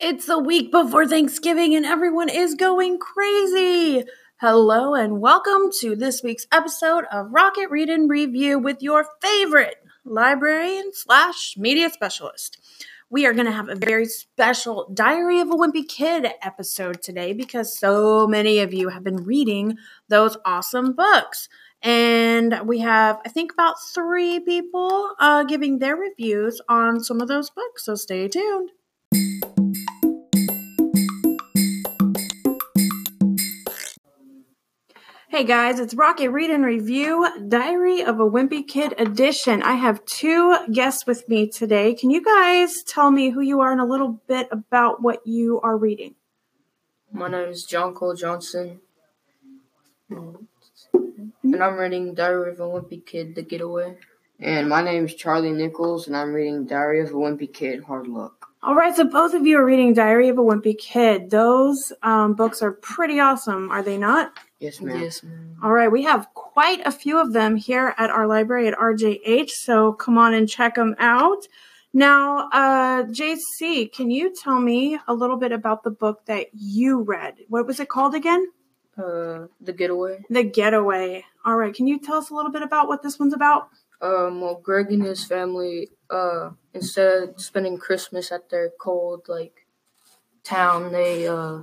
It's the week before Thanksgiving and everyone is going crazy. Hello and welcome to this week's episode of Rocket Read and Review with your favorite librarian slash media specialist. We are going to have a very special Diary of a Wimpy Kid episode today because so many of you have been reading those awesome books. And we have, I think, about three people uh, giving their reviews on some of those books. So stay tuned. Hey guys, it's Rocket Read and Review Diary of a Wimpy Kid Edition. I have two guests with me today. Can you guys tell me who you are and a little bit about what you are reading? My name is John Cole Johnson, and I'm reading Diary of a Wimpy Kid: The Getaway. And my name is Charlie Nichols, and I'm reading Diary of a Wimpy Kid: Hard Luck. All right, so both of you are reading Diary of a Wimpy Kid. Those um, books are pretty awesome, are they not? Yes, ma'am. Yes, ma'am. All right, we have quite a few of them here at our library at RJH, so come on and check them out. Now, uh, JC, can you tell me a little bit about the book that you read? What was it called again? Uh, The Getaway. The Getaway. All right, can you tell us a little bit about what this one's about? Um, well, Greg and his family, uh, instead of spending Christmas at their cold like town, they uh,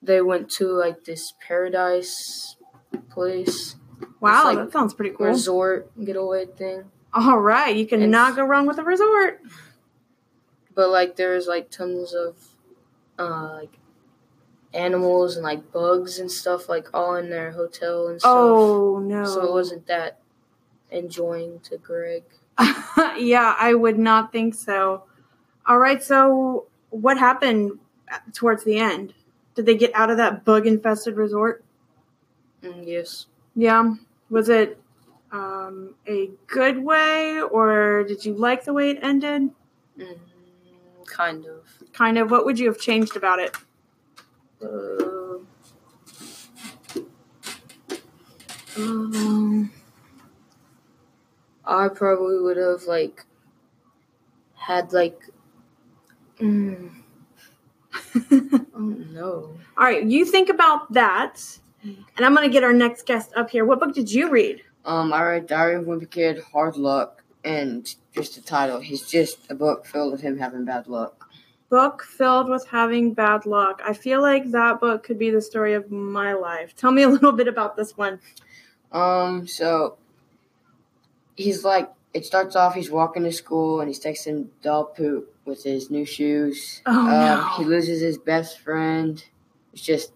they went to like this paradise place Wow, like that sounds pretty cool. resort getaway thing. All right, you It's- cannot go wrong with a resort. But like there's like tons of uh like animals and like bugs and stuff like all in their hotel and stuff. oh no! So it wasn't that enjoying to Greg. yeah, I would not think so. All right, so what happened towards the end? Did they get out of that bug infested resort? Mm, yes. Yeah. Was it um, a good way, or did you like the way it ended? Mm, kind of. Kind of. What would you have changed about it? Uh, um, I probably would have like had like. Mm, I don't know. All right, you think about that, and I'm going to get our next guest up here. What book did you read? Um, I read Diary of a Wimpy Kid: Hard Luck, and just the title. It's just a book filled with him having bad luck. Book filled with having bad luck. I feel like that book could be the story of my life. Tell me a little bit about this one. Um, so he's like, it starts off. He's walking to school, and he's texting doll poop with his new shoes. Oh, um, no. he loses his best friend. It's just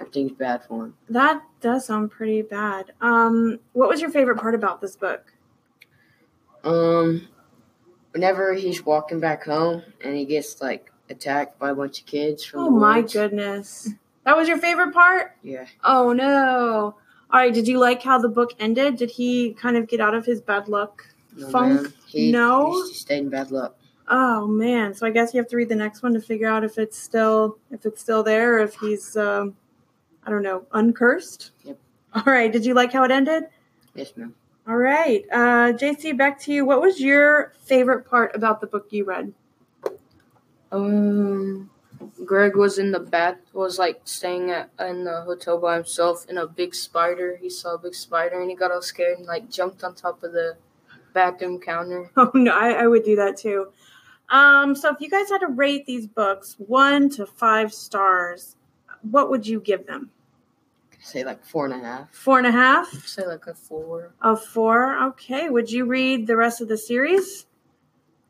everything's bad for him. That does sound pretty bad. Um, what was your favorite part about this book? Um, whenever he's walking back home and he gets like attacked by a bunch of kids from Oh the my woods. goodness. That was your favorite part? Yeah. Oh no. All right, did you like how the book ended? Did he kind of get out of his bad luck? No, Funk? ma'am. He, No? He stayed in bad luck. Oh man. So I guess you have to read the next one to figure out if it's still if it's still there or if he's um I don't know, uncursed? Yep. All right, did you like how it ended? Yes, ma'am. All right. Uh JC, back to you. What was your favorite part about the book you read? Um, Greg was in the bath. Was like staying at in the hotel by himself, and a big spider. He saw a big spider, and he got all scared and like jumped on top of the bathroom counter. Oh no, I, I would do that too. Um, so if you guys had to rate these books one to five stars, what would you give them? Say like four and a half. Four and a half? Say like a four. A four? Okay. Would you read the rest of the series?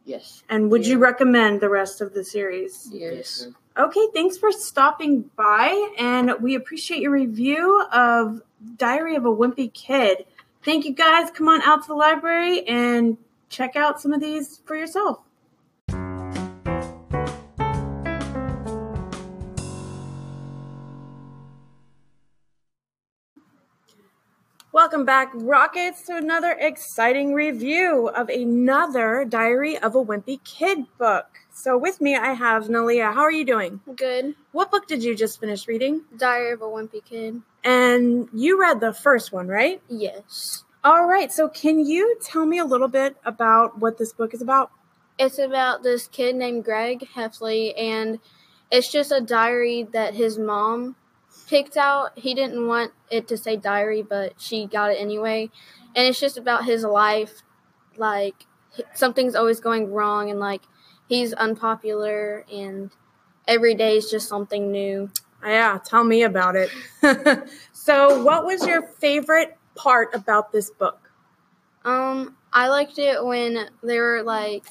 Yes. And would you Yeah. recommend the rest of the series? Yes. ma'am. Okay, thanks for stopping by, and we appreciate your review of Diary of a Wimpy Kid. Thank you guys. Come on out to the library and check out some of these for yourself. Welcome back, Rockets, to another exciting review of another Diary of a Wimpy Kid book. So, with me, I have Nalia. How are you doing? Good. What book did you just finish reading? Diary of a Wimpy Kid. And you read the first one, right? Yes. All right. So, can you tell me a little bit about what this book is about? It's about this kid named Greg Heffley, and it's just a diary that his mom picked out. He didn't want it to say diary, but she got it anyway. And it's just about his life, like h- something's always going wrong, and like he's unpopular, and every day is just something new. Yeah, tell me about it. so, what was your favorite part about this book? Um, I liked it when they were like,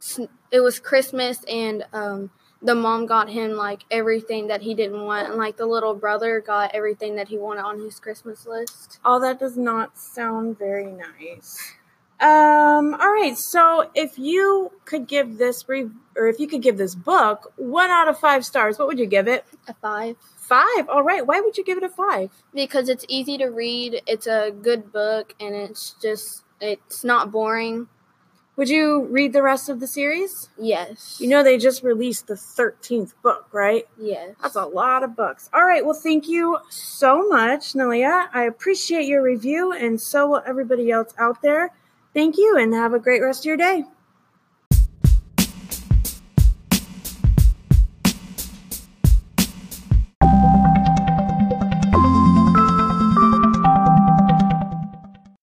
sn- it was Christmas and um, the mom got him like everything that he didn't want, and like the little brother got everything that he wanted on his Christmas list. Oh, that does not sound very nice. Um, all right, so if you could give this re- or if you could give this book 1 out of 5 stars, what would you give it? A five 5. All right, why would you give it a 5? because it's easy to read. It's a good book, and it's just it's not boring. Would you read the rest of the series? Yes, You know they just released the 13th book, right? Yes, That's a lot of books. All right. Well, thank you so much, Nelia. I appreciate your review, and so will everybody else out there. Thank you, and have a great rest of your day.